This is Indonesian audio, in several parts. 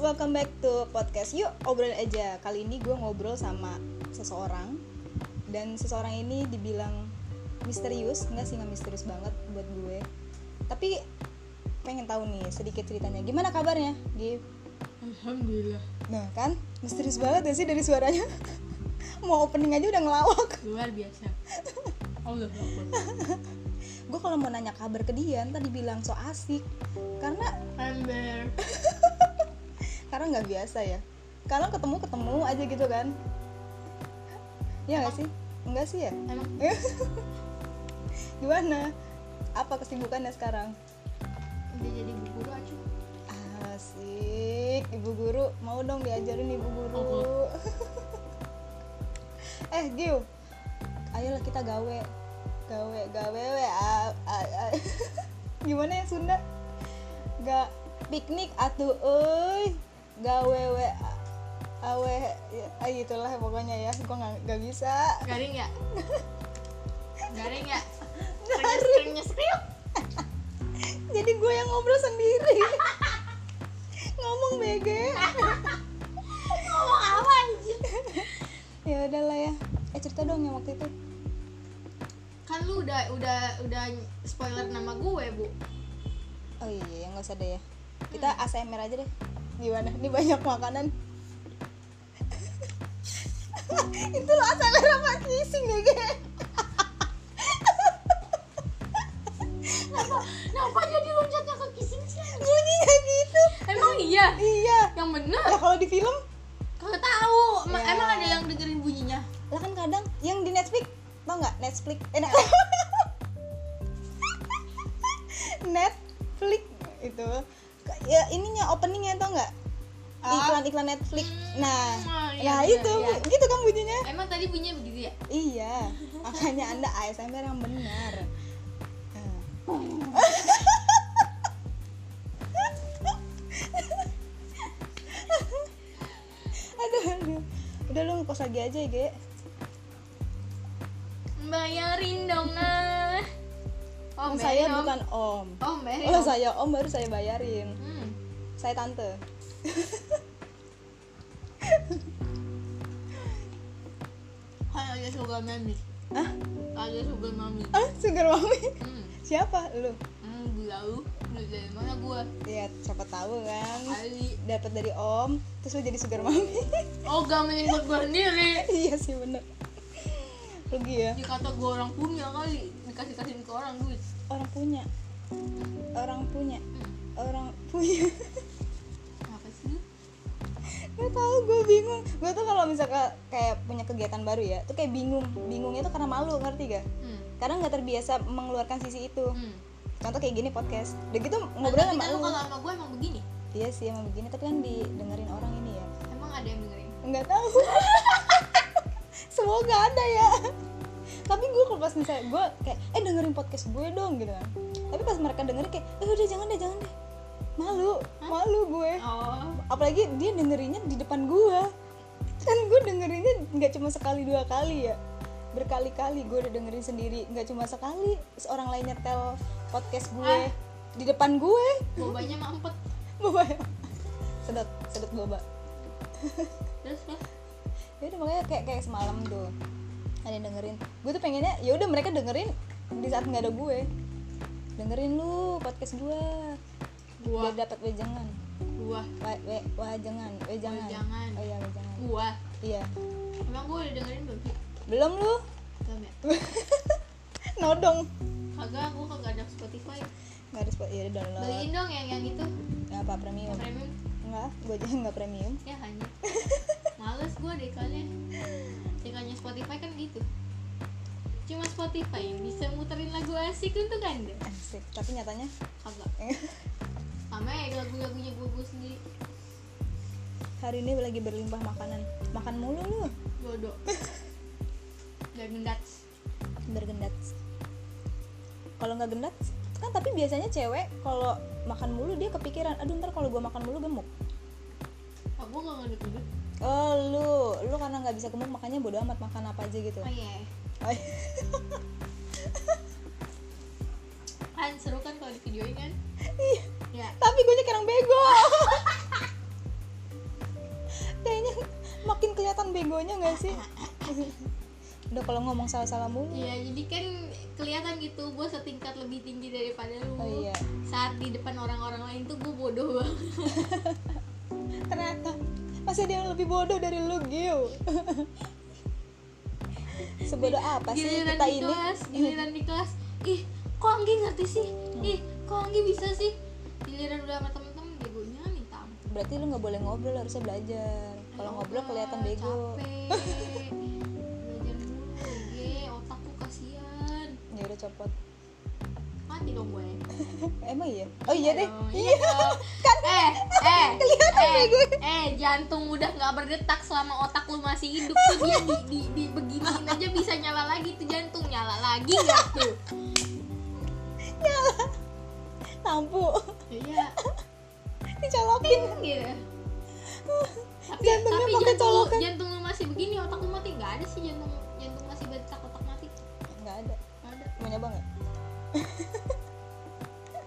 welcome back to podcast Yuk Obrolin Aja Kali ini gue ngobrol sama seseorang Dan seseorang ini dibilang misterius Enggak sih, nggak misterius banget buat gue Tapi pengen tahu nih sedikit ceritanya Gimana kabarnya, Gif? Alhamdulillah Nah kan, misterius banget gak sih dari suaranya? Mau opening aja udah ngelawak luar biasa. Allah Akbar. Gue kalau mau nanya kabar ke dia, ntar dibilang so asik Karena Ember. karena nggak biasa ya kalau ketemu ketemu aja gitu kan ya nggak sih nggak sih ya Emang gimana apa kesibukannya sekarang udah jadi buku guru acu. asik ibu guru mau dong diajarin ibu guru eh Giu ayolah kita gawe gawe gawe we a- a- a- gimana ya Sunda gak piknik atuh euy gawe we a- awe ya, ah, itulah pokoknya ya gua nggak nggak bisa Garing ya? Garing ya? Garing. Garing. jadi gue yang ngobrol sendiri ngomong bege Ngomong apa anjir? ya udahlah ya eh cerita dong yang waktu itu Kan lu udah udah udah spoiler nama gue, Bu. oh iya nggak usah deh ya kita Hmm. ASMR aja deh gimana ini banyak makanan itu lo ASMR apa kissing bege Kenapa jadi loncatnya ke kissing sih? bunyinya gitu Emang iya? iya Yang bener? lah kalau di film Kagak tahu. Ma- Ya. Emang ada yang dengerin bunyinya? lah kan kadang yang di Netflix tau nggak Netflix eh, net- Netflix itu Ke- ya ininya openingnya tau nggak Ah. iklan iklan Netflix Hmm, nah iya, nah iya, itu iya. gitu kan bunyinya Emang tadi bunyinya begitu ya? iya makanya anda ASMR yang benar Nah. aduh, aduh udah lu ngekos lagi aja ya Ge Bayarin dong, nah. Om Om saya bayarin, Om. bukan om. Om bayarin. Kalau Om. saya om baru saya bayarin. Hmm. Saya tante. Kayak sugar Kan mami. Ah, Kayak sugar mami. ah sugar mommy. Hmm. Siapa lu? Hmm, gila lu. Lu dari mana gua? Ya siapa tahu kan. Ali. Dapat dari om, terus lu jadi sugar mommy. Oh, gak menyebut gua sendiri. iya sih bener. Rugi ya. Dikata gua orang punya kali, dikasih-kasihin ke orang duit. Orang punya. Orang punya. Hmm. Orang punya. Apa sih? Gak tahu gue bingung. Gue tuh kalau misalnya kayak punya kegiatan baru ya, tuh kayak bingung. Bingungnya tuh karena malu, ngerti gak? Hmm. Karena nggak terbiasa mengeluarkan sisi itu. Hmm. Contoh Kan kayak gini podcast. Udah gitu ngobrol Ngobrol sama lu lu. kalau sama gua emang begini. Iya sih emang begini tapi kan didengerin orang ini ya Emang ada yang dengerin? nggak tahu semoga ada ya tapi gue kalau pas misalnya gue kayak eh dengerin podcast gue dong gitu kan tapi pas mereka dengerin kayak eh udah jangan deh jangan deh malu malu gue Oh. apalagi dia dengerinnya di depan gue kan gue dengerinnya nggak cuma sekali dua kali ya berkali-kali gue udah dengerin sendiri nggak cuma sekali orang lain nyetel podcast gue Ah. di depan gue Bobanya mampet. boba sedot sedot boba Terus kan? ya udah makanya kayak kayak semalam tuh ada yang dengerin gue tuh pengennya ya udah mereka dengerin di saat nggak ada gue dengerin lu podcast gue Gua. biar dapat wejangan Gua. Wa- we- wajangan wejangan Wejangan. oh iya wejangan Gua. iya Emang gua udah dengerin belum sih? belum lu Belum ya? nodong Kagak, gua kagak ada Spotify. nggak ada spot iya download Beliin dong yang yang itu, nggak apa premium yang premium. nggak gue aja nggak premium ya hanya males gue deh kalian Dekanya Spotify kan gitu cuma Spotify yang bisa muterin lagu asik untuk anda Asik. tapi nyatanya kagak sama ya lagu-lagunya gue gue sendiri hari ini lagi berlimpah makanan makan mulu lu bodoh dan mendats biar gendat kalau nggak gendat kan tapi biasanya cewek kalau makan mulu dia kepikiran aduh ntar kalau gua makan mulu gemuk oh, gue gak ngerti dulu oh lu lu karena nggak bisa gemuk makanya bodo amat makan apa aja gitu oh iya Oh, iya. kan seru kan kalau di videoin kan Iya. ya tapi gue nyekirang bego kelihatan begonya nggak sih udah kalau ngomong salah-salah mulu Iya, jadi kan kelihatan gitu gue setingkat lebih tinggi daripada lu. Oh, iya. Saat di depan orang-orang lain tuh gue bodoh banget. ternyata masih ada yang lebih bodoh dari lu Gio sebodoh apa sih giliran kita di ini kelas, giliran di kelas. Ih, kok Anggi ngerti sih? Hmm. Ih, kok Anggi bisa sih? Giliran udah sama temen-temen begonya minta ampun. berarti lu nggak boleh ngobrol harusnya belajar kalau ngobrol Udah, kelihatan bego Capek. Belajar dulu, Ege. Otakku kasihan. ya udah copot Mati dong gue. emang iya oh iya deh Aduh, iya dong. eh, eh, Kelihatan eh, bego. eh, jantung udah nggak berdetak selama otak lu masih hidup tuh dia di, di, di beginiin aja bisa nyala lagi tuh jantung nyala lagi nggak tuh? lampu Iya, dicolokin gitu. Tapi, Jantungnya tapi pakai jantung, lu- colokan. jantung lu masih begini, otak lu mati nggak ada sih jantung jantung masih berdetak otak mati nggak ada nggak ada. mau nyoba nggak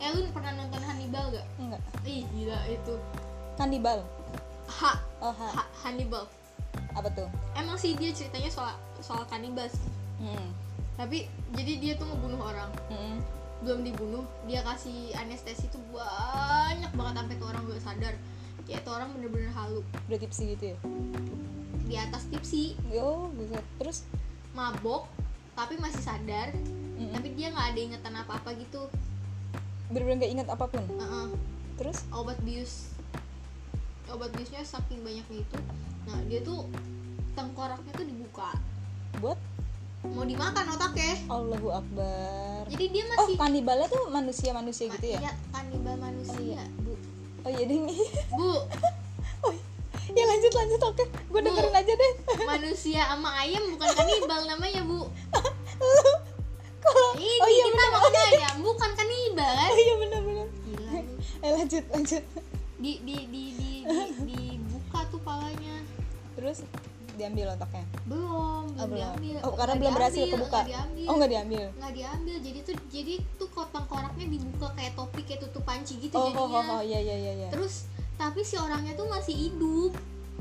Eh lu pernah nonton Hannibal gak? nggak Ih gila itu kanibal ha, oh ha ha Hannibal. apa tuh Emang sih dia ceritanya soal soal kanibal sih. hmm. Tapi jadi dia tuh ngebunuh orang. Hmm. belum dibunuh dia kasih anestesi tuh banyak banget sampai tuh orang gak sadar ya tuh orang bener-bener halu udah tipsi gitu ya di atas tipsi yo bisa terus mabok tapi masih sadar Mm-mm. tapi dia nggak ada ingetan apa apa gitu bener-bener nggak ingat apapun Heeh. terus obat bius obat biusnya saking banyaknya itu nah dia tuh tengkoraknya tuh dibuka buat mau dimakan otaknya Allahu Akbar jadi dia oh masih kanibalnya tuh manusia-manusia gitu ya Iya, kanibal manusia bu oh iya deh bu oh, ya lanjut lanjut oke gue Bu. dengerin aja deh manusia sama ayam bukan kanibal namanya bu Lu, kalau Ini oh iya kita bener makan ayam, bukan kanibal kan? oh iya bener bener Gila. lu. eh lanjut lanjut Di di di di di dibuka tuh palanya. terus diambil otaknya oh, Belum, belum belum diambil. oh karena Nggak belum berhasil diambil, kebuka nggak diambil. oh nggak diambil Nggak diambil. Jadi tuh jadi tuh kotak koraknya dibuka kayak topi kayak tutup panci gitu oh oh jadinya. oh, oh iya iya iya iya. Terus tapi si orangnya tuh masih hidup,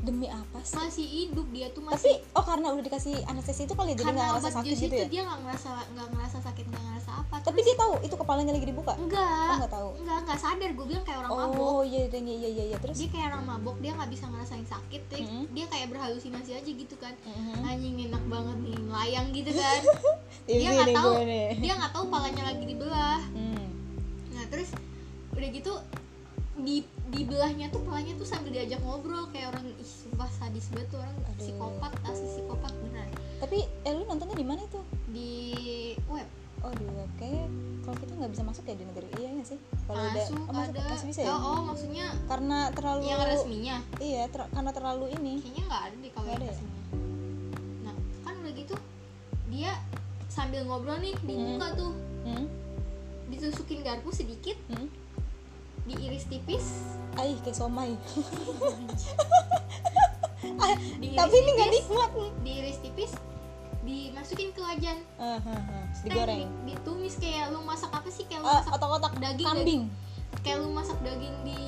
demi apa sih masih hidup dia tuh tapi masih oh karena udah dikasih anestesi itu kali ya, jadi nggak karena ngerasa obat sakit jus gitu itu ya dia nggak ngerasa nggak ngerasa sakit nggak ngerasa apa. tapi dia tahu itu kepalanya lagi dibuka enggak, Oh, nggak tahu. enggak enggak sadar gue bilang kayak Hmm, orang mabok. oh iya iya iya iya, iya terus dia kayak orang mabok dia nggak bisa ngerasain sakit dia, Mhm. dia kayak berhalusinasi aja gitu kan Mhm. anjing enak banget nih layang gitu kan Iya dia sih, nggak nih tahu gue nih. dia nggak tahu palanya lagi dibelah Hmm. nah terus udah gitu di dibelahnya tuh palanya tuh sambil diajak ngobrol kayak orang ih sumpah sadis banget tuh orang Aduh. psikopat asli psikopat benar tapi eh, lu nontonnya di mana itu di web oh di web kayak kalau kita nggak bisa masuk ya di negeri iya nggak sih kalau udah masuk oh, ada masih bisa ya oh, oh maksudnya karena terlalu yang resminya iya ter- karena terlalu ini kayaknya nggak ada deh kalau Nggak yang ada ya? kesini nah kan udah gitu dia sambil ngobrol nih dibuka tuh hmm? ditusukin garpu sedikit Hmm? diiris tipis Aih, kayak somai diiris tapi ini nggak tipis, nikmat diiris tipis dimasukin ke wajan Ah, ah, ah. Tek, digoreng di- ditumis kayak lu masak apa sih kayak lu Ah, masak otak-otak daging, kambing kayak lu masak daging di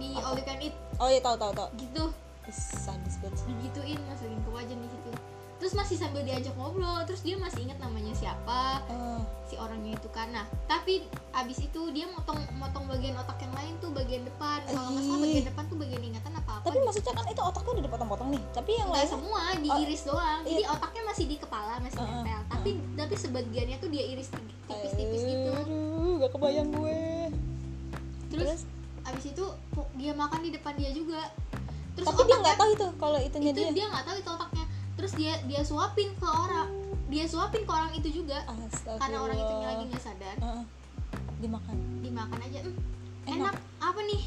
di all you can eat oh iya tahu tahu tahu gitu Ih, sadis banget Eh, sih. digituin masukin ke wajan di situ terus masih sambil diajak ngobrol terus dia masih ingat namanya siapa Ah, si orangnya itu karena tapi abis itu dia motong motong bagian otak yang lain tuh bagian depan kalau nggak salah Ih. bagian depan tuh bagian ingatan apa apa gitu. tapi maksudnya kan itu otaknya udah dipotong-potong nih tapi yang lain semua diiris doang iya. jadi otaknya masih di kepala masih Uh-uh, nempel tapi tapi sebagiannya tuh dia iris ti- tipis-tipis gitu aduh gak kebayang gue terus, abis itu po- dia makan di depan dia juga terus tapi dia nggak otaknya- tahu itu kalau itunya kan? itu dia, dia nggak tahu itu otaknya terus dia dia suapin ke orang dia suapin ke orang itu juga Astagfirullah. karena orang itu lagi nggak sadar Heeh. dimakan dimakan aja "Hmm, Enak. enak apa nih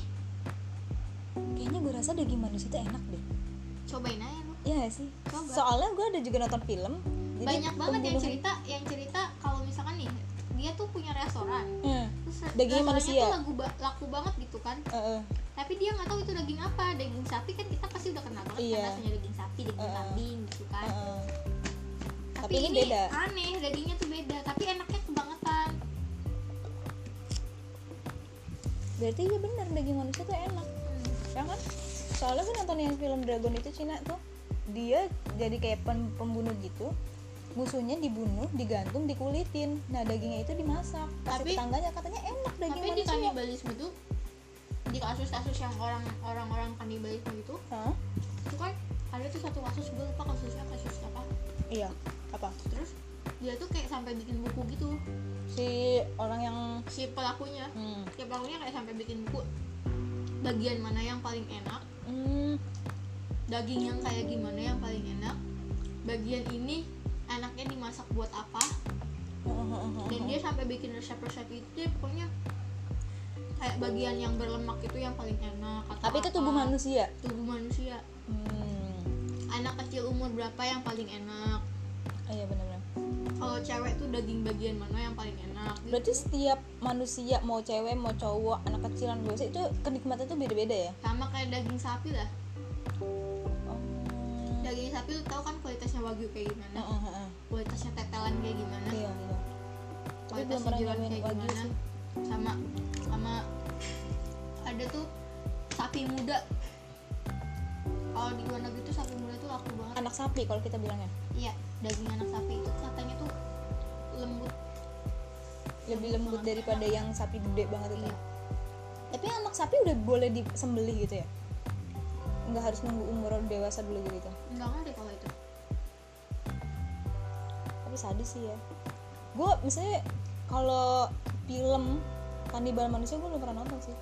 kayaknya gue rasa daging manusia itu enak deh cobain aja lu Iya gak sih? Coba. Soalnya gue ada juga nonton film jadi banyak banget yang pembunuhan- cerita yang cerita kalau misalkan nih dia tuh punya restoran Hmm, terus Dagingnya restorannya manusia. tuh lagu ba- laku banget gitu kan eh, eh, tapi dia nggak tahu itu daging apa daging sapi kan kita pasti udah kenal banget Iya. kan rasanya daging sapi daging Uh-uh. kambing gitu kan eh, eh. tapi, Tapi ini ini, beda. aneh dagingnya tuh beda tapi enaknya kebangetan Berarti ya bener daging manusia tuh enak Hmm. Ya kan? Soalnya gue nonton yang film Dragon itu Cina tuh dia jadi kayak pen- pembunuh gitu musuhnya dibunuh digantung dikulitin nah dagingnya itu dimasak tapi Tapi- tetangganya katanya enak daging tapi di manusia kanibalisme itu di kasus-kasus yang orang orang orang kanibalisme itu Hah? itu kan ada tuh satu kasus gue lupa kasusnya kasus apa iya apa terus dia tuh kayak sampai bikin buku gitu si orang yang si pelakunya hmm, si pelakunya kayak sampai bikin buku bagian mana yang paling enak hmm, daging yang kayak gimana yang paling enak bagian ini enaknya dimasak buat apa hmm, dan dia sampai bikin resep-resep itu dia pokoknya kayak bagian yang berlemak itu yang paling enak atau tapi itu tubuh apa. manusia tubuh manusia hmm, anak kecil umur berapa yang paling enak iya benar-benar kalau cewek tuh daging bagian mana yang paling enak gitu. berarti setiap manusia mau cewek mau cowok anak kecil anak dewasa itu kenikmatan itu beda-beda ya sama kayak daging sapi lah Hmm. daging sapi lu tahu kan kualitasnya wagyu kayak Ah, gimana ah, ah, ah. kualitasnya tetelan kayak gimana iya iya tapi belum kualitasnya pernah jiran nyobain kayak wagyu gimana sih sama sama ada tuh sapi muda kalau di luar negeri tuh sapi muda tuh laku banget anak sapi kalau kita ya. bilangnya iya daging anak sapi itu katanya tuh lembut gitu. lebih lembut banget. daripada yang sapi gede banget itu Iya. tapi anak sapi udah boleh disembelih gitu ya nggak harus nunggu umur dewasa dulu gitu enggak ngerti kalau itu tapi sadis sih ya gue misalnya kalau film kanibal manusia gue belum pernah nonton sih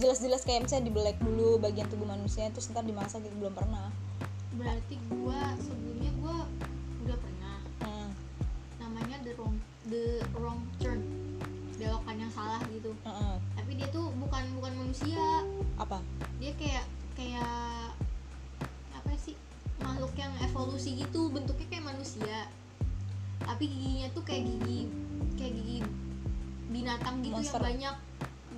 jelas-jelas kayak misalnya dibelek dulu bagian tubuh manusia terus ntar dimasak gitu belum pernah berarti gua sebelumnya gua udah pernah hmm. namanya the wrong the wrong turn belokan yang salah gitu heeh. tapi dia tuh bukan bukan manusia apa dia kayak kayak apa sih makhluk yang evolusi gitu bentuknya kayak manusia tapi giginya tuh kayak gigi kayak gigi binatang gitu Monster. yang banyak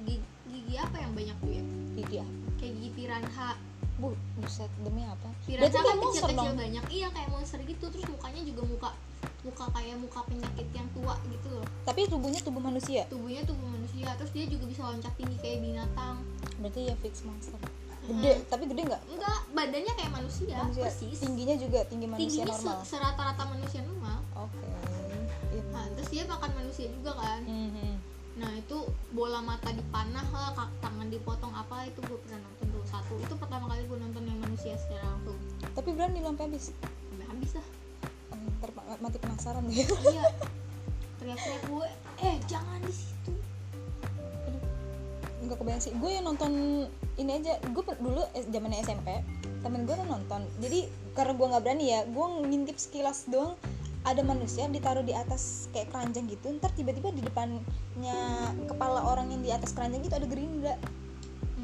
gigi, gigi apa yang banyak tuh ya gigi ah kayak gigi piranha bu buset demi apa piranha berarti kayak kan kecil monster kecil dong banyak iya kayak monster gitu terus mukanya juga muka muka kayak muka penyakit yang tua gitu loh tapi tubuhnya tubuh manusia tubuhnya tubuh manusia terus dia juga bisa loncat tinggi kayak binatang berarti ya fix monster gede tapi gede nggak enggak badannya kayak manusia, manusia Ya, persis tingginya juga tinggi manusia tingginya normal se- serata-rata manusia normal oke nah, terus dia makan manusia juga kan Mhm. nah itu bola mata dipanah lah kaki tangan dipotong apa itu gue pernah nonton tuh satu itu pertama kali gue nonton yang manusia secara langsung tapi berani lo sampai habis sampai habis lah Hmm, ntar ma- mati penasaran deh iya teriak-teriak gue eh jangan di situ nggak kebayang sih gue yang nonton ini aja gue per- dulu eh, zamannya SMP temen gue tuh nonton jadi karena gue nggak berani ya gue ngintip sekilas doang ada manusia ditaruh di atas kayak keranjang gitu ntar tiba-tiba di depannya kepala orang yang di atas keranjang gitu ada gerindra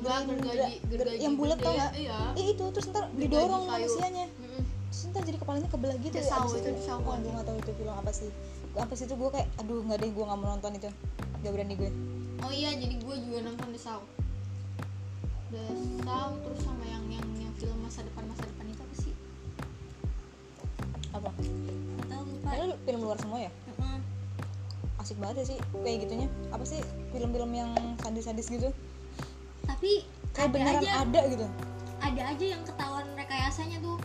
enggak gergaji Ger- gergaji yang bulat gede, tau nggak? iya eh itu terus ntar Gergaji didorong kayu. manusianya Mm-mm. terus ntar jadi kepalanya kebelah gitu Desau, abis itu desau Oh, banget. gue nggak tahu itu film apa sih apa sih itu gue kayak aduh nggak deh gue nggak mau nonton itu nggak berani gue oh iya jadi gue juga nonton Desau Desau terus sama yang yang yang film masa depan masa depan itu apa sih apa nggak tahu lupa Padahal film luar semua ya Mm-mm. asik banget ya sih kayak gitunya apa sih film-film yang sadis-sadis gitu tapi kayak ada beneran aja ada gitu ada aja yang ketahuan rekayasanya tuh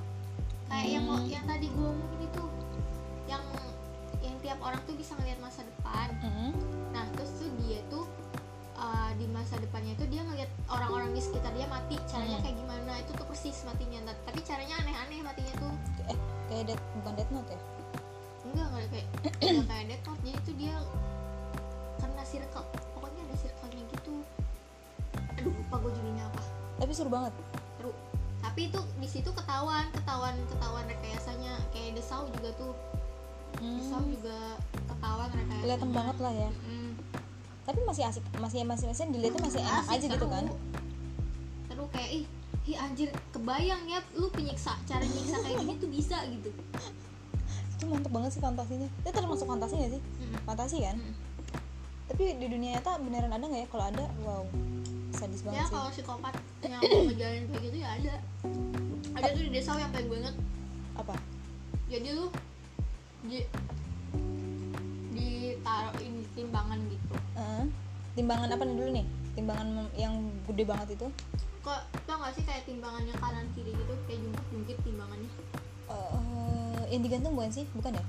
kayak yang Hmm. mau- yang tadi gue omongin itu yang yang tiap orang tuh bisa ngelihat masa depan Mhm. nah terus tuh dia tuh uh, di masa depannya itu dia ngelihat orang-orang di sekitar dia mati caranya Hmm. kayak gimana itu tuh persis matinya Nah, tapi caranya aneh-aneh matinya tuh eh kayak dead, bukan death note ya enggak enggak kayak enggak kayak death note jadi tuh dia karena circle pokoknya ada circle-nya gitu aduh lupa gue judulnya apa tapi seru banget seru tapi itu di situ ketahuan ketahuan ketahuan rekayasanya kayak desau juga tuh desau hmm. juga ketahuan rekayasanya kelihatan banget lah ya Mm. tapi masih asik masih masih masih dilihatnya masih enak Asik, aja gitu seru. kan seru kayak ih ih anjir kebayang ya lu penyiksa cara nyiksa kayak gini tuh bisa gitu itu mantep banget sih fantasinya itu termasuk fantasi gak sih Mm. fantasi kan Mm. tapi di dunia nyata beneran ada nggak ya kalau ada wow sadis ya banget kalau sih psikopat yang mau ngejalanin kayak gitu ya ada ada tuh di desa yang paling banget apa jadi lu di ditaruhin di timbangan gitu Heeh. timbangan apa nih dulu nih timbangan yang gede banget itu kok tau gak nggak sih kayak timbangannya kanan kiri gitu kayak jungkit jungkit timbangannya Eh, yang digantung bukan sih bukan ya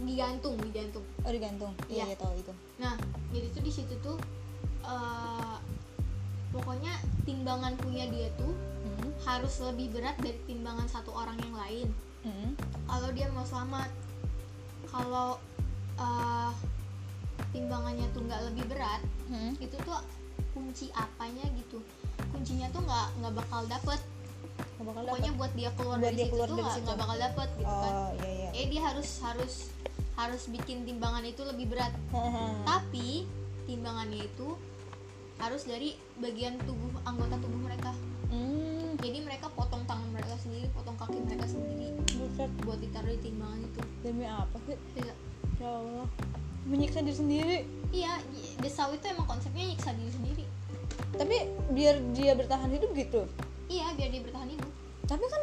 digantung digantung oh digantung iya iya Iya. tahu itu nah jadi tuh di situ tuh eh, pokoknya timbangan punya dia tuh hmm. harus lebih berat dari timbangan satu orang yang lain Hmm. kalau dia mau selamat kalau eh, timbangannya tuh nggak lebih berat Hmm. itu tuh kunci apanya gitu kuncinya tuh nggak nggak bakal dapet Gak bakal pokoknya dapet. buat dia keluar Buat dari dia situ keluar tuh dari nggak situ. nggak bakal dapet gitu kan oh iya iya eh dia harus harus harus bikin timbangan itu lebih berat tapi timbangannya itu harus dari bagian tubuh anggota tubuh mereka hmm. jadi mereka potong tangan mereka sendiri potong kaki mereka sendiri buset. buat ditaruh di timbangan itu demi apa sih Gila. ya Allah menyiksa diri sendiri iya i- desau itu emang konsepnya nyiksa diri sendiri tapi biar dia bertahan hidup gitu iya biar dia bertahan hidup tapi kan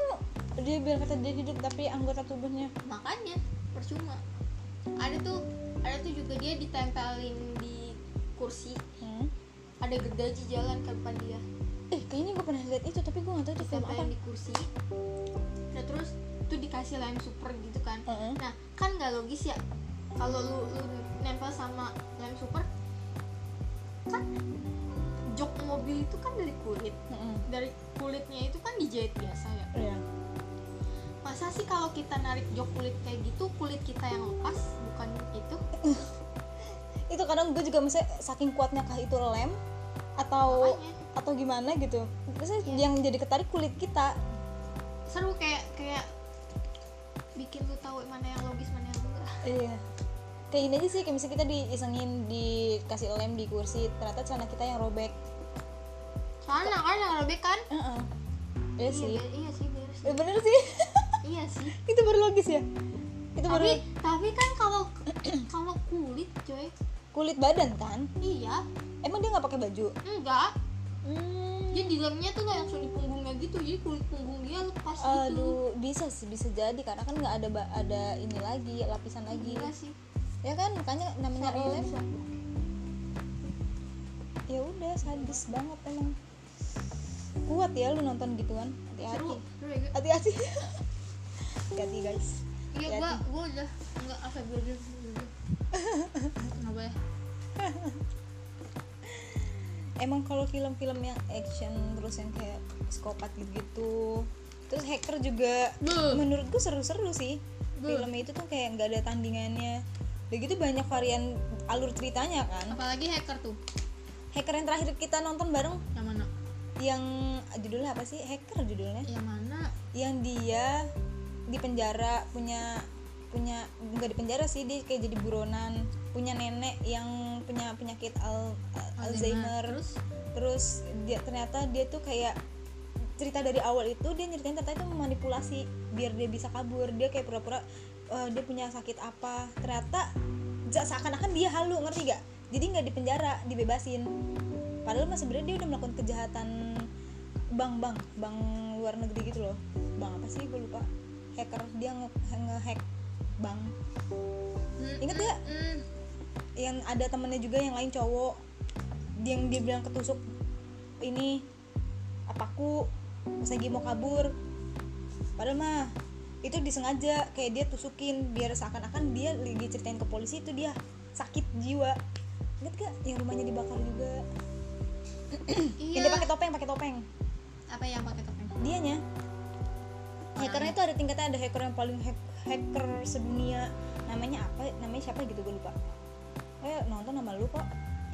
dia biar kata dia hidup tapi anggota tubuhnya makanya percuma ada tuh ada tuh juga dia ditempelin di kursi hmm. ada gergaji jalan ke depan dia eh kayaknya gue pernah lihat itu tapi gue gak tahu itu film apa ditempelin di kursi nah, terus tuh dikasih lem super gitu kan Heeh. nah kan nggak logis ya kalau lu, lu nempel sama lem super kan jok mobil itu kan dari kulit Heeh. dari kulitnya itu kan dijahit biasa ya Hmm. Iya. masa sih kalau kita narik jok kulit kayak gitu kulit kita yang lepas bukan itu itu kadang gue juga misalnya saking kuatnya kah itu lem atau Makanya. atau gimana gitu misalnya yang jadi ketarik kulit kita seru kayak kayak bikin lu tahu mana yang logis mana yang enggak iya kayak gini aja sih kayak misalnya kita diisengin dikasih lem di kursi ternyata celana kita yang robek soalnya kan yang robek kan Heeh. iya sih iya, iya sih bener sih Eh, bener sih iya sih itu baru logis ya itu baru tapi tapi kan kalau kalau kulit coy kulit badan kan iya emang dia nggak pakai baju enggak hmm. jadi di dalamnya tuh langsung di punggungnya gitu jadi kulit punggung dia lepas gitu aduh bisa sih bisa jadi karena kan nggak ada ba- ada ini lagi lapisan lagi gila sih ya kan makanya namanya lem Serius. ya udah sadis banget emang kuat ya lu nonton gituan hati-hati seru seru ya hati-hati hati-hati guys Iya gua gua udah nggak apa berdua nggak boleh emang kalau film-film yang action terus yang kayak psikopat gitu-gitu terus hacker juga Beuh. menurut gue seru-seru sih Beuh. filmnya itu tuh kayak nggak ada tandingannya begitu banyak varian alur ceritanya kan apalagi hacker tuh hacker yang terakhir kita nonton bareng yang mana yang judulnya apa sih hacker judulnya yang mana yang dia di penjara punya punya nggak di penjara sih dia kayak jadi buronan punya nenek yang punya penyakit al, Alzheimer terus terus dia ternyata dia tuh kayak cerita dari awal itu dia nyeritain ternyata itu memanipulasi biar dia bisa kabur dia kayak pura-pura eh, dia punya sakit apa ternyata ja- seakan-akan dia halu ngerti gak jadi nggak di penjara dibebasin padahal mas sebenarnya dia udah melakukan kejahatan bank bank bank luar negeri gitu loh bank apa sih gue lupa hacker dia nge- ngehack bank Hmm, Ingat hmm, nggak? hmm. yang ada temennya juga yang lain cowok yang dia bilang ketusuk ini apaku Mas Egi mau kabur padahal mah itu disengaja kayak dia tusukin biar seakan-akan dia lagi ceritain ke polisi itu dia sakit jiwa inget gak yang rumahnya dibakar juga yang iya dia pakai topeng pakai topeng apa yang pakai topeng dianya hackernya Orangnya. itu ada tingkatnya ada hacker yang paling hack- hacker sedunia namanya apa namanya siapa gitu gue lupa kayak nonton sama lu kok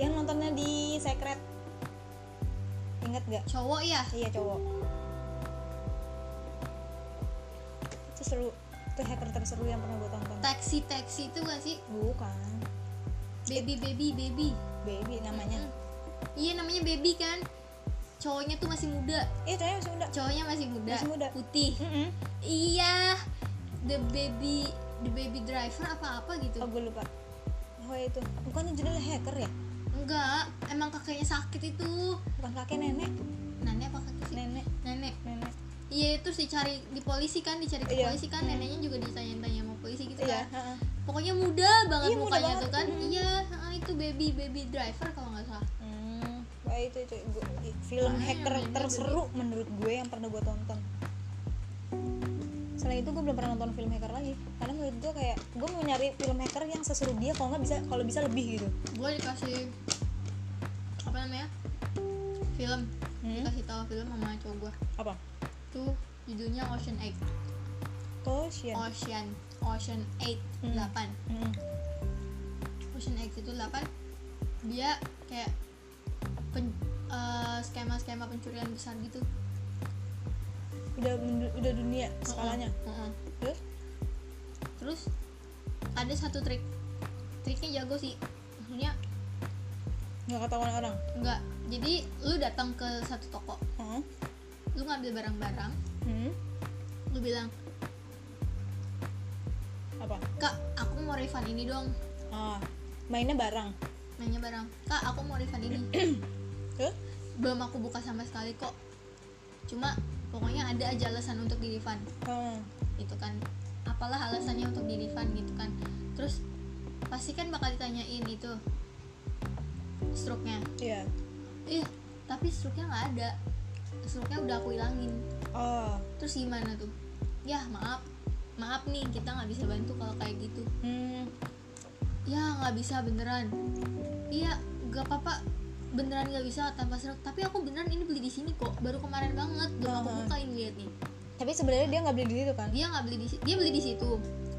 yang nontonnya di secret inget gak cowok ya iya cowok itu seru itu hacker terseru yang pernah gue tonton taksi taksi itu gak sih bukan baby baby baby baby namanya Hmm. iya namanya baby kan cowoknya tuh masih muda eh cowoknya masih muda cowoknya masih muda, Masih muda. Hmm? putih Mm-mm. iya the baby the baby driver apa apa gitu oh gue lupa oh itu bukannya judulnya hacker ya enggak emang kakeknya sakit itu bukan kakek nenek nenek apa kakek sih nenek nenek nenek iya terus dicari di polisi kan dicari ke Iya. polisi kan neneknya juga ditanya-tanya sama polisi gitu iya kan heeh. pokoknya muda banget Iya, muda mukanya banget. tuh kan Mhm. iya ah, itu baby baby driver kalau nggak salah Hmm, Eh, itu itu Gua- i- film Mana yang hacker mainnya terseru menurut gue yang pernah gue tonton. Selain itu gue belum pernah nonton film hacker lagi. Karena menurut gue kayak gue mau nyari film hacker yang seseru dia kalau nggak bisa kalau bisa lebih gitu. gue dikasih apa namanya film Hmm? dikasih tahu film sama cowok gue Apa? tuh judulnya Ocean 8 Ocean. Ocean Ocean 8 Iya. Hmm. 8 Mm-mm. Ocean 8 itu 8 dia kayak pen- eh, skema-skema pencurian besar gitu Udah mendu- udah dunia skalanya. Heeh. Terus? terus ada satu trik triknya jago sih maksudnya Nggak ketahuan orang. enggak jadi lu datang ke satu toko Heeh. lu ngambil barang-barang Hmm? lu bilang Apa? kak aku mau refund ini dong Ah, mainnya barang. nanya barang kak aku mau refund ini Terus? belum aku buka sama sekali kok cuma pokoknya ada aja alasan untuk di refund Heeh. gitu kan apalah alasannya untuk di refund gitu kan terus pasti kan bakal ditanyain itu struknya Iya. ih tapi struknya nggak ada struknya udah aku hilangin Oh. terus gimana tuh ya maaf maaf nih kita nggak bisa bantu kalau kayak gitu Hmm. ya nggak bisa beneran iya nggak apa-apa beneran nggak bisa tanpa serok tapi aku beneran ini beli di sini kok baru kemarin banget belum aku Aha. bukain lihat nih Tapi sebenarnya dia nggak beli di situ kan? dia nggak beli di si- dia beli di situ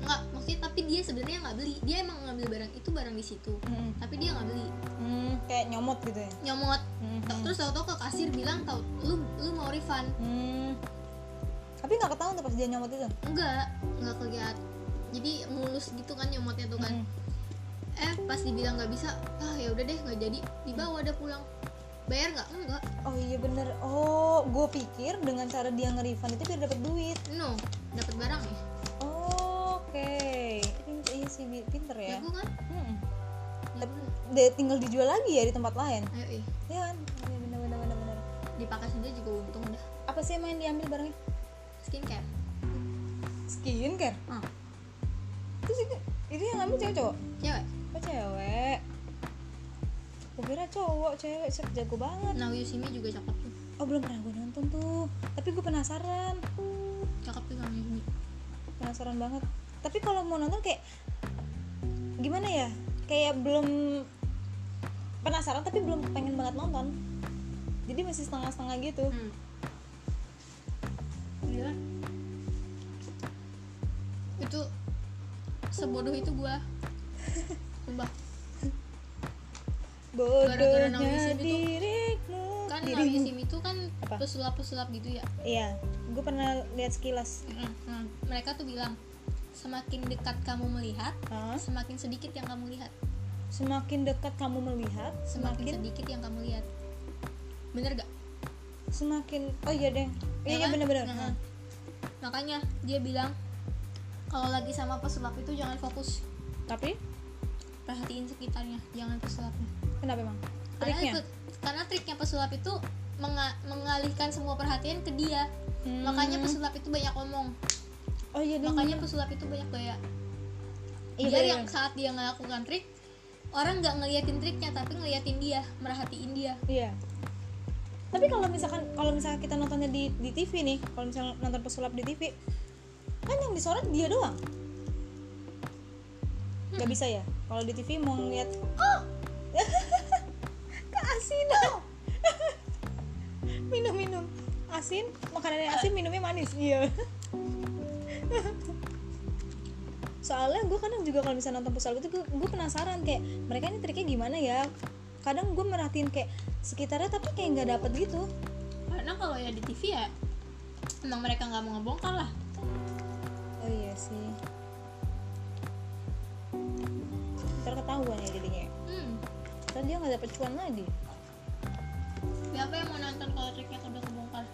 nggak maksudnya tapi dia sebenarnya nggak beli dia emang ngambil barang itu barang di situ Hmm. tapi dia nggak beli Hmm, kayak nyomot gitu ya. nyomot Hmm. Tau- terus tau-tau ke kasir bilang tau lu lu mau refund Hmm. Tapi nggak ketahuan tuh pas dia nyomot itu. enggak nggak kelihatan jadi mulus gitu kan nyomotnya tuh kan Hmm. eh pas dibilang nggak bisa ah ya udah deh nggak jadi dibawa ada pulang bayar nggak enggak Oh iya bener. Oh, gue pikir dengan cara dia nge-refund itu biar dapat duit. no dapat barang ya Oh, Oke. Ini- Iya sih bi- pinter ya. jago kan Hmm. jago kan? Dia tinggal dijual lagi ya di tempat lain. ayo ih Iya kan? Iya bener bener bener bener. dipakai sendiri juga untung dah Apa sih yang main diambil barangnya? skincare Skincare. ah Terus itu itu yang ngambil cewek cowok. cewek Oh cewek. Gue kira cowok, cewek, set jago banget. Now You See Me juga cakep tuh Oh belum pernah gue nonton tuh, tapi gue penasaran, cakep tuh Now You See Me penasaran banget. Tapi kalau mau nonton kayak gimana ya? Kayak belum penasaran tapi belum pengen banget nonton. Jadi masih setengah-setengah gitu. hmm. Gila. itu sebodoh itu gua sumpah Gara-gara Now You Bodohnya See Me tuh, dirimu. kan Now You dirimu. See Me itu kan Apa? pesulap-pesulap gitu ya Iya, gue pernah lihat sekilas. Mm-mm. mereka tuh bilang semakin dekat kamu melihat Hah? semakin sedikit yang kamu lihat Semakin dekat kamu melihat, semakin sedikit yang kamu lihat bener gak semakin oh iya deh Ya iya iya kan? bener-bener Nah, makanya dia bilang kalau lagi sama pesulap itu jangan fokus tapi perhatiin sekitarnya jangan pesulapnya kenapa emang karena triknya ikut- karena triknya pesulap itu menga- mengalihkan semua perhatian ke dia Hmm. makanya pesulap itu banyak ngomong oh iya deh makanya pesulap itu banyak gaya iya, biar iya. yang saat dia ngelakukan trik orang nggak ngeliatin triknya tapi ngeliatin dia merhatiin dia iya tapi kalau misalkan kalau misalkan kita nontonnya di di TV nih kalau misalkan nonton pesulap di TV kan yang disorot dia doang nggak bisa ya kalau di TV mau ngeliat oh keasinan minum minum asin makanannya asin minumnya manis iya soalnya gue kadang juga kalau misalnya nonton pusat itu gue, gue penasaran kayak mereka ini triknya gimana ya kadang gue merhatiin kayak sekitarnya tapi kayak nggak dapet gitu karena kalau ya di TV ya emang mereka nggak mau ngebongkar lah oh iya sih ntar ketahuan ya jadinya hmm ntar dia nggak dapet cuan lagi siapa yang mau nonton kalau triknya udah kebongkar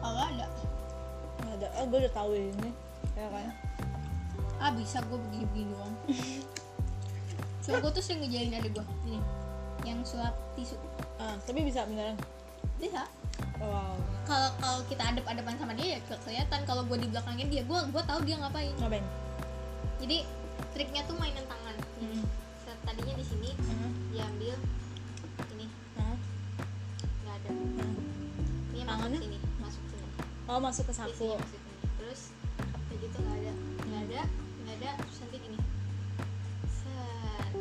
kalau ada nggak ada oh gue udah tahu ini ya kan Iya. ah bisa gue begini begini doang so gue tuh sering ngejailin adik gue ini yang suap tisu ah, tapi bisa beneran bisa wow kalau kalau kita adep adepan sama dia ya ke- kelihatan kalau gue di belakangnya dia gue gue tahu dia ngapain ngapain jadi triknya tuh mainan tangan Hmm. Set, tadi tadinya di sini diambil ini nggak ada ini masuk Tangannya? sini masuk sini oh masuk ke Di sini saku masuk sini terus kayak gitu nggak ada nggak ada nggak ada terus nanti gini set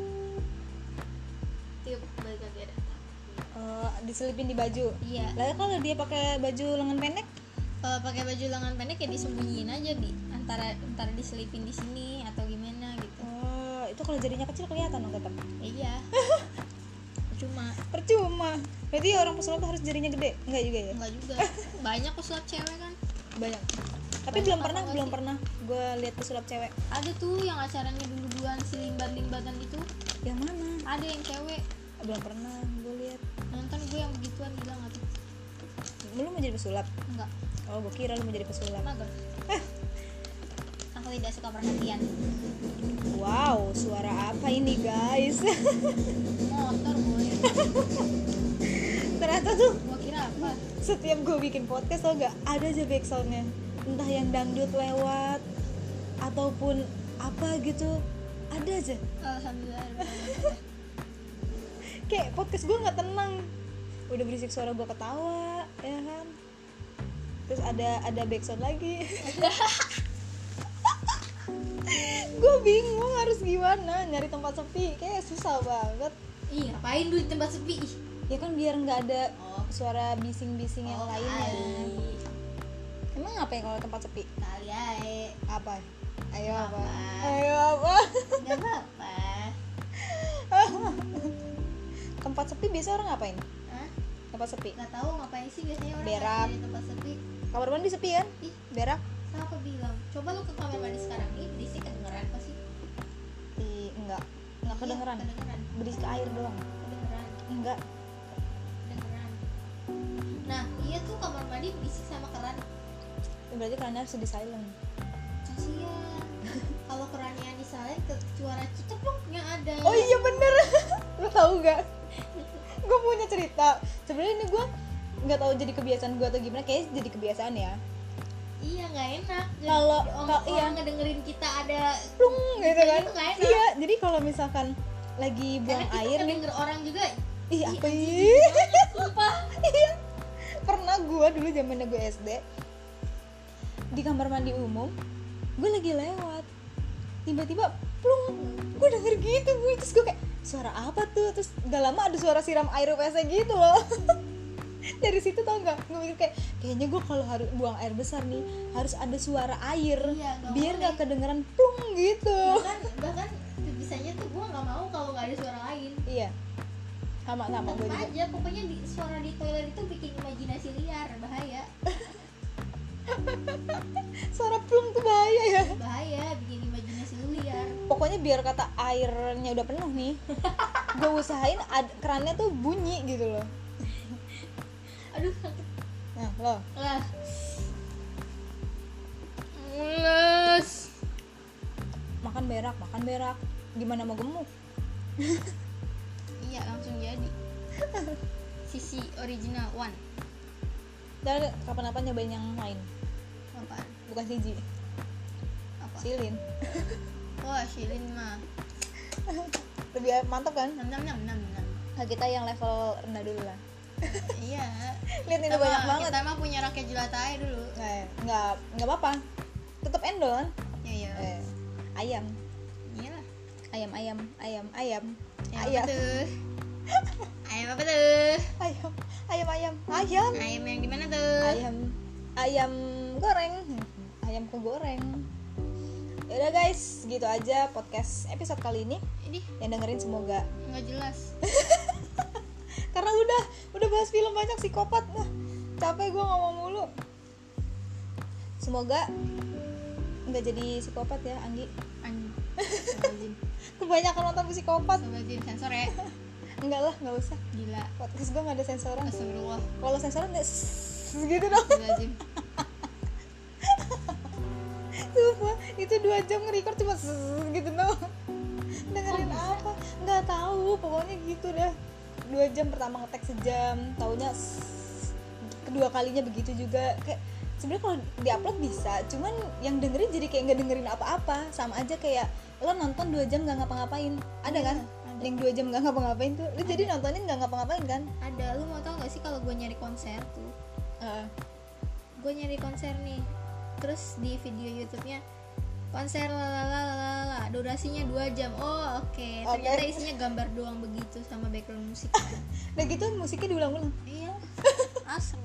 tiup balik lagi ada Oh, diselipin di baju iya lalu kalau dia pakai baju lengan pendek kalau pakai baju lengan pendek ya disembunyiin aja di antara antara diselipin di sini atau gimana gitu oh itu kalau jadinya kecil kelihatan dong tetap iya cuma percuma berarti orang pesulap tuh harus jarinya gede enggak juga ya enggak juga banyak kok sulap cewek kan banyak tapi belum apa pernah enggak belum sih? pernah gue lihat pesulap cewek ada tuh yang acaranya dulu-duluan si limbat-limbatan gitu yang mana ada yang cewek belum pernah gue lihat nonton gue yang begituan gila nggak tuh lu mau jadi pesulap enggak oh gue kira lu mau jadi pesulap mager aku tidak suka perhatian wow suara apa ini guys motor boleh ternyata tuh gua kira apa setiap gue bikin podcast tau gak ada aja backsoundnya entah yang dangdut lewat ataupun apa gitu ada aja alhamdulillah kayak podcast gue nggak tenang udah berisik suara gue ketawa ya kan terus ada ada backsound lagi gue bingung harus gimana nyari tempat sepi kayak susah banget ih ngapain dulu di tempat sepi Ih. ya kan biar nggak ada oh suara bising-bising yang oh, lainnya kali. emang ngapain kalau tempat sepi kali ae apa ayo apa Apa? ayo apa nggak apa-apa tempat sepi biasa orang ngapain Hah? tempat sepi nggak tahu ngapain sih biasanya orang Berak. lagi di tempat sepi kamar mandi sepi kan ih berak siapa bilang coba lu ke kamar mandi sekarang ih berisik kedengeran pasti Ih, enggak enggak Iya, kedengeran kedengeran berisik air doang kedengeran enggak kedengeran nah iya tuh kamar mandi berisik sama keran Ya, berarti karena harus di silent kasian kalau kerannya disalin ke suara cicepuk yang ada oh iya bener lu tahu nggak gue punya cerita sebenarnya ini gue nggak tahu jadi kebiasaan gue atau gimana kayaknya jadi kebiasaan ya iya nggak enak Jadi Kalau- orang- kalau- iya. orang ngedengerin kita ada plung gitu kan Itu nggak enak. iya jadi kalau misalkan lagi buang karena kita air nih ngedenger orang juga ih apa ih sumpah Iya. pernah gue dulu zamannya gue SD di kamar mandi umum gue lagi lewat tiba-tiba plung gue denger gitu gue terus gue kayak suara apa tuh terus gak lama ada suara siram air UPS gitu loh dari situ tau gak gue mikir kayak kayaknya gue kalau harus buang air besar nih harus ada suara air Iya, nggak biar boleh. gak kedengeran plung gitu bahkan bahkan bisanya tuh gua nggak mau kalau nggak ada suara lain iya sama sama gue Tetep juga aja pokoknya di, suara di toilet itu bikin imajinasi liar bahaya suara plung tuh bahaya ya bahaya bikin imajinasi lu liar pokoknya biar kata airnya udah penuh nih gue usahain ad- kerannya tuh bunyi gitu loh aduh nah lo lah mules makan berak makan berak gimana mau gemuk iya langsung jadi sisi original one dan kapan-kapan nyobain yang lain apaan bukan siji apa silin wah shilin mah lebih mantap kan enam enam enam enam enam nah, kita yang level rendah dulu lah iya lihat ini udah Kita banyak mah- banget kita mah punya rakyat jelata aja dulu nggak Eh, nggak nggak apa-apa tetap endol kan ya ya eh, ayam iyalah ayam ayam ayam ayam ayam ayam apa tuh ayam apa tuh ayam ayam ayam ayam ayam yang di mana tuh ayam ayam goreng ayam kegoreng Yaudah guys gitu aja podcast episode kali ini ini yang dengerin semoga nggak jelas karena udah udah bahas film banyak psikopat Nah, capek gue ngomong mulu semoga nggak jadi psikopat ya Anggi anjing kebanyakan nonton psikopat sobatin sensor ya enggak lah nggak usah gila podcast gue nggak ada sensoran astagfirullah kalau sensoran nggak sss, gitu dong Astagfirullahaladzim Sumpah, itu dua jam nge-record cuma zzz gitu dong dengerin apa nggak tahu pokoknya gitu dah dua jam pertama ngetek sejam taunya zzz, kedua kalinya begitu juga kayak sebenarnya kalau diupload bisa cuman yang dengerin jadi kayak nggak dengerin apa-apa sama aja kayak lo nonton dua jam nggak ngapa-ngapain ada kan Ada. yang dua jam nggak ngapa-ngapain tuh lu jadi nontonin nggak ngapa-ngapain kan ada lu mau tau gak sih kalau gue nyari konser tuh Heeh. gue nyari konser nih terus di video YouTube-nya konser lalalala durasinya dua jam oh oke Oke. ternyata isinya gambar doang begitu sama background musik udah gitu musiknya diulang-ulang iya asem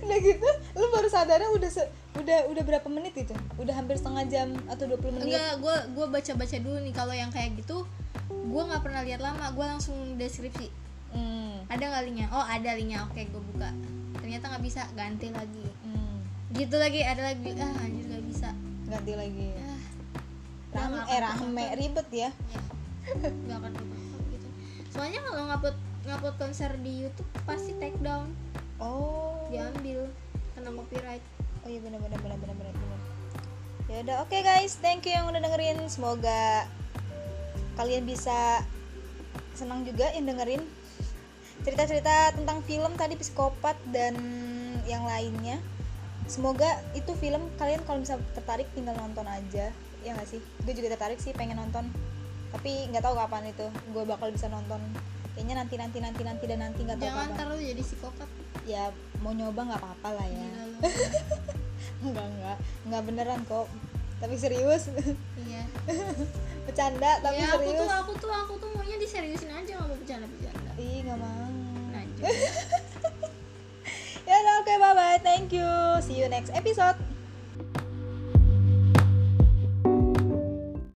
udah gitu lu baru sadarnya udah se- udah udah berapa menit gitu udah hampir setengah jam atau 20 menit enggak gue gue baca baca dulu nih kalau yang kayak gitu gue nggak pernah lihat lama gue langsung deskripsi Hmm, ada nggak linknya oh ada linknya oke gue buka ternyata nggak bisa ganti lagi hmm, gitu lagi ada lagi ah anjir nggak bisa ganti lagi ah Rame, eh rame ribet ya ya nggak akan upload gitu soalnya kalau ngupload ngupload konser di YouTube pasti take down oh Ya, diambil kena copyright Oh iya benar benar benar benar benar benar. Ya udah oke guys, thank you yang udah dengerin. Semoga kalian bisa senang juga yang dengerin cerita-cerita tentang film tadi psikopat dan yang lainnya. Semoga itu film kalian kalau bisa tertarik tinggal nonton aja. Ya nggak sih? Gue juga tertarik sih pengen nonton. Tapi nggak tahu kapan itu gue bakal bisa nonton. Kayaknya nanti nanti nanti nanti dan nanti nggak tahu jangan kapan. terlalu jadi psikopat Ya mau nyoba nggak apa-apa lah ya gila lu enggak enggak enggak beneran kok tapi serius iya bercanda tapi ya aku serius tuh aku tuh aku tuh maunya diseriusin aja nggak mau bercanda bercanda ih nggak mau lanjut ya udah oke bye bye thank you see you next episode